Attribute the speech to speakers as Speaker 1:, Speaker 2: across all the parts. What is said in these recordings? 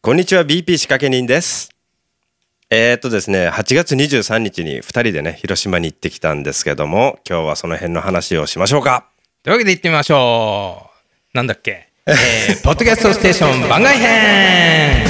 Speaker 1: こんにちは BP 仕掛け人ですえー、っとですね8月23日に2人でね広島に行ってきたんですけども今日はその辺の話をしましょうか
Speaker 2: というわけで行ってみましょうなんだっ け、えー、ポッドキャストステーション番外編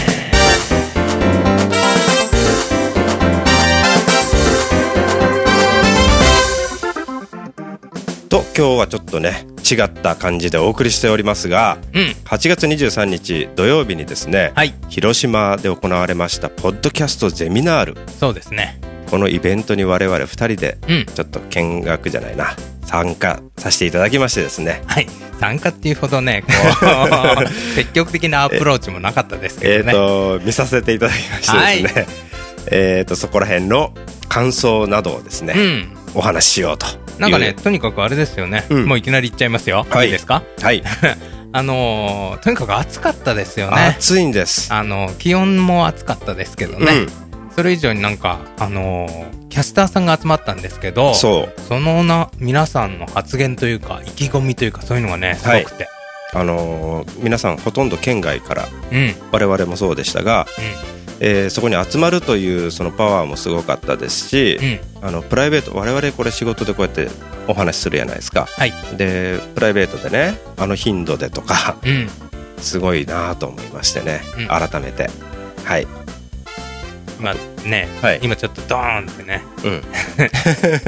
Speaker 1: と今日はちょっとね違った感じでお送りしておりますが、
Speaker 2: うん
Speaker 1: 8月23日土曜日にですね、
Speaker 2: はい
Speaker 1: 広島で行われましたポッドキャストゼミナール
Speaker 2: そうですね
Speaker 1: このイベントに我々2人で
Speaker 2: うん
Speaker 1: ちょっと見学じゃないな参加させていただきましてですね
Speaker 2: はい参加っていうほどねこ う積極的なアプローチもなかったですけ
Speaker 1: え
Speaker 2: ど
Speaker 1: ー、
Speaker 2: ね、
Speaker 1: と見させていただきましてですね、えー、とそこら辺の感想などをですね、お話ししようと
Speaker 2: うんなんかね
Speaker 1: いう
Speaker 2: とにかくあれですよね、
Speaker 1: うん
Speaker 2: もういきなり言っちゃいますよ、
Speaker 1: はい
Speaker 2: い、いですか
Speaker 1: はい、
Speaker 2: あのーとにかく暑かったですよね
Speaker 1: 暑いんです、
Speaker 2: あのー気温も暑かったですけどね、それ以上になんかあのーキャスターさんが集まったんですけ
Speaker 1: う
Speaker 2: ど
Speaker 1: んそう
Speaker 2: そのな皆さんの発言というか意気込みというかそういうのがねすごくて、
Speaker 1: あのー皆さんほとんど県外から
Speaker 2: うんうん
Speaker 1: 我々もそうでしたが、えーそこに集まるというそのパワーもすごかったですし、
Speaker 2: うん
Speaker 1: あのプライベート我々これ仕事でこうやってお話しするじゃないですか
Speaker 2: はい
Speaker 1: でプライベートでねあの頻度でとか
Speaker 2: うん
Speaker 1: すごいなと思いましてね、
Speaker 2: うん
Speaker 1: 改めてはい、
Speaker 2: まあね、
Speaker 1: はい
Speaker 2: 今ちょっとドーンってね
Speaker 1: うん、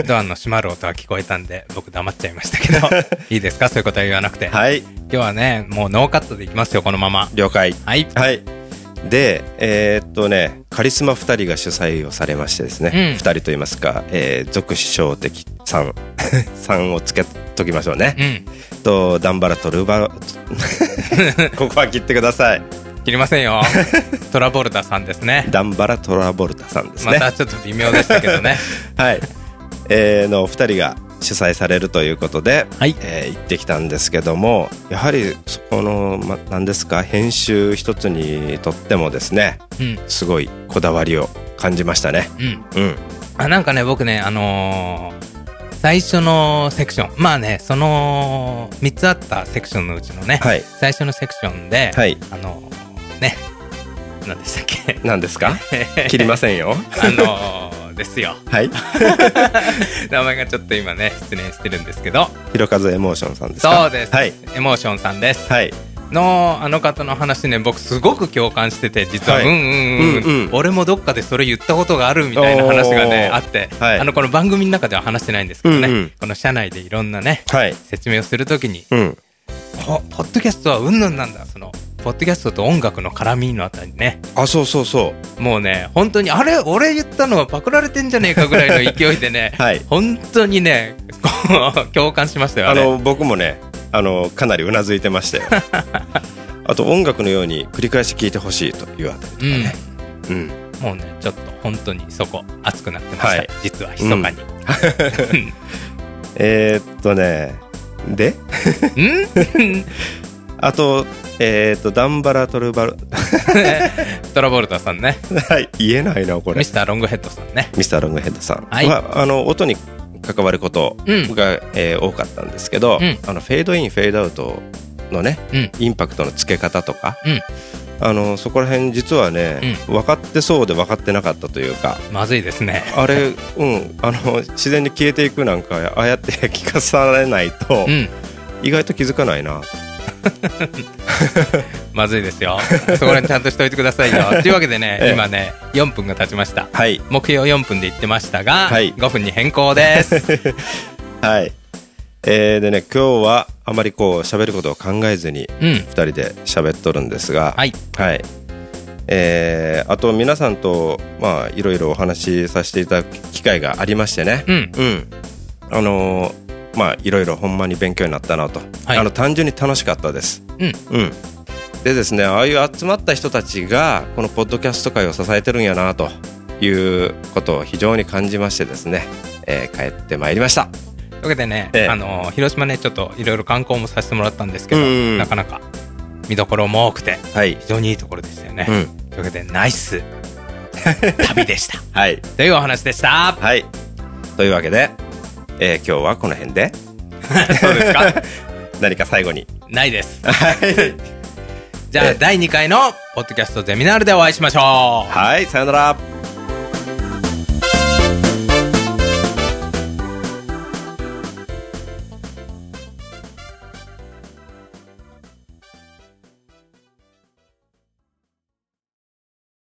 Speaker 2: ドアの閉まる音が聞こえたんで僕黙っちゃいましたけど いいですかそういうことは言わなくて、
Speaker 1: はい
Speaker 2: 今日はねもうノーカットでいきますよこのまま
Speaker 1: 了解
Speaker 2: はい
Speaker 1: はいでえーっとねカリスマ2人が主催をされましてですね、
Speaker 2: うん
Speaker 1: 2人といいますか、えー、俗師匠的さん さんをつけときましょうね、
Speaker 2: うん
Speaker 1: とダンバラとル バここは切ってください
Speaker 2: 切りませ んよトラボルタさんですね
Speaker 1: ダンバラ・トラボルタさんです
Speaker 2: ま
Speaker 1: ね。
Speaker 2: たちょっと微妙でしたけど ね
Speaker 1: はい。えーのお二人が主催されるということで、
Speaker 2: はい
Speaker 1: えー行ってきたんですけども、やはりそこの、ま、なんですか、編集一つにとってもですね、
Speaker 2: うん
Speaker 1: すごいこだわりを感じましたね。
Speaker 2: うん
Speaker 1: うん。
Speaker 2: あなんかね僕ねあのー最初のセクションまあねその3つあったセクションのうちのね、
Speaker 1: はい。
Speaker 2: 最初のセクションで、
Speaker 1: はい。
Speaker 2: あのーね何でしたっけ
Speaker 1: 何ですか切りませんよ。
Speaker 2: あのーですよ
Speaker 1: はい。
Speaker 2: 名前がちょっと今ね失念してるんですけど
Speaker 1: ひろかずエモーションさんですか
Speaker 2: そうです、
Speaker 1: はい。
Speaker 2: エモーションさんです
Speaker 1: はい。
Speaker 2: のあの方の話ね僕すごく共感してて実は、
Speaker 1: はい
Speaker 2: うんうん
Speaker 1: う
Speaker 2: うん、
Speaker 1: んうん
Speaker 2: 俺もどっかでそれ言ったことがあるみたいな話がね
Speaker 1: おー
Speaker 2: あって、
Speaker 1: はい
Speaker 2: あのこの番組の中では話してないんですけどね、
Speaker 1: うんうん
Speaker 2: この社内でいろんなね
Speaker 1: はい。
Speaker 2: 説明をするときに
Speaker 1: うん。
Speaker 2: ポポッドキャストはうんぬんなんだそのポッドキャストと音楽の絡みのあたりね
Speaker 1: あ、そうそうそう。、
Speaker 2: もうね本当にあれ俺言ったのはパクられてんじゃねえかぐらいの勢いでね
Speaker 1: はい
Speaker 2: 本当にねこう共感しましたよ
Speaker 1: あ
Speaker 2: あれ
Speaker 1: の僕もねあのかなりうなずいてま したよあと音楽のように繰り返し聴いてほしいというあたりとかね、うん
Speaker 2: うん、もうねちょっと本当にそこ熱くなってました、
Speaker 1: はい
Speaker 2: 実は密かに、
Speaker 1: えーっとねで
Speaker 2: うん、
Speaker 1: あとえーっとダンバラトルバル
Speaker 2: トラボルタさんね
Speaker 1: はい言えないなこれ
Speaker 2: ミスターロングヘッドさんね
Speaker 1: ミスターロングヘッドさんは、
Speaker 2: はい
Speaker 1: あの音に関わること
Speaker 2: うん
Speaker 1: が、えー多かったんですけど、
Speaker 2: うん
Speaker 1: あのフェードインフェードアウトのね
Speaker 2: うん
Speaker 1: インパクトのつけ方とか、
Speaker 2: うん
Speaker 1: あのそこら辺実はね、分かってそうで分かってなかったというか
Speaker 2: まずいですね
Speaker 1: あれ、うん、あの自然に消えていくなんかああやって聞かされないと、
Speaker 2: うん
Speaker 1: 意外と気づかないな
Speaker 2: まずいですよそこら辺ちゃんとしておいてください よというわけでね、
Speaker 1: ええ
Speaker 2: 今ね4分が経ちました
Speaker 1: はい
Speaker 2: 目標4分で言ってましたが、
Speaker 1: はい
Speaker 2: 5分に変更です
Speaker 1: はい、えーでね今日はあまりこう喋ることを考えずに
Speaker 2: うん
Speaker 1: 2人で喋っとるんですが
Speaker 2: はい
Speaker 1: はいえーあと皆さんとまあいろいろお話しさせていただく機会がありましてね
Speaker 2: うん
Speaker 1: うんあのーまあいろいろほんまに勉強になったなと、
Speaker 2: はい
Speaker 1: あの単純に楽しかったです
Speaker 2: うん
Speaker 1: うん、でですねああいう集まった人たちがこのポッドキャスト界を支えてるんやなということを非常に感じましてですね、えー帰ってまいりました
Speaker 2: というわけでね、
Speaker 1: ええ
Speaker 2: あの広島ねちょっといろいろ観光もさせてもらったんですけど、
Speaker 1: うんうん
Speaker 2: なかなか見どころも多くて
Speaker 1: はい、
Speaker 2: 非常にいいところでしたよね、
Speaker 1: うん、
Speaker 2: というわけでナイス 旅でした
Speaker 1: はい
Speaker 2: というお話でした
Speaker 1: はいというわけで、えー今日はこの辺で
Speaker 2: そうですか
Speaker 1: 何か最後に
Speaker 2: ないです
Speaker 1: はい
Speaker 2: じじゃ
Speaker 1: え
Speaker 2: あ、第2回のポッドキャストゼミナールでお会いしましょう。
Speaker 1: はい、さよなら。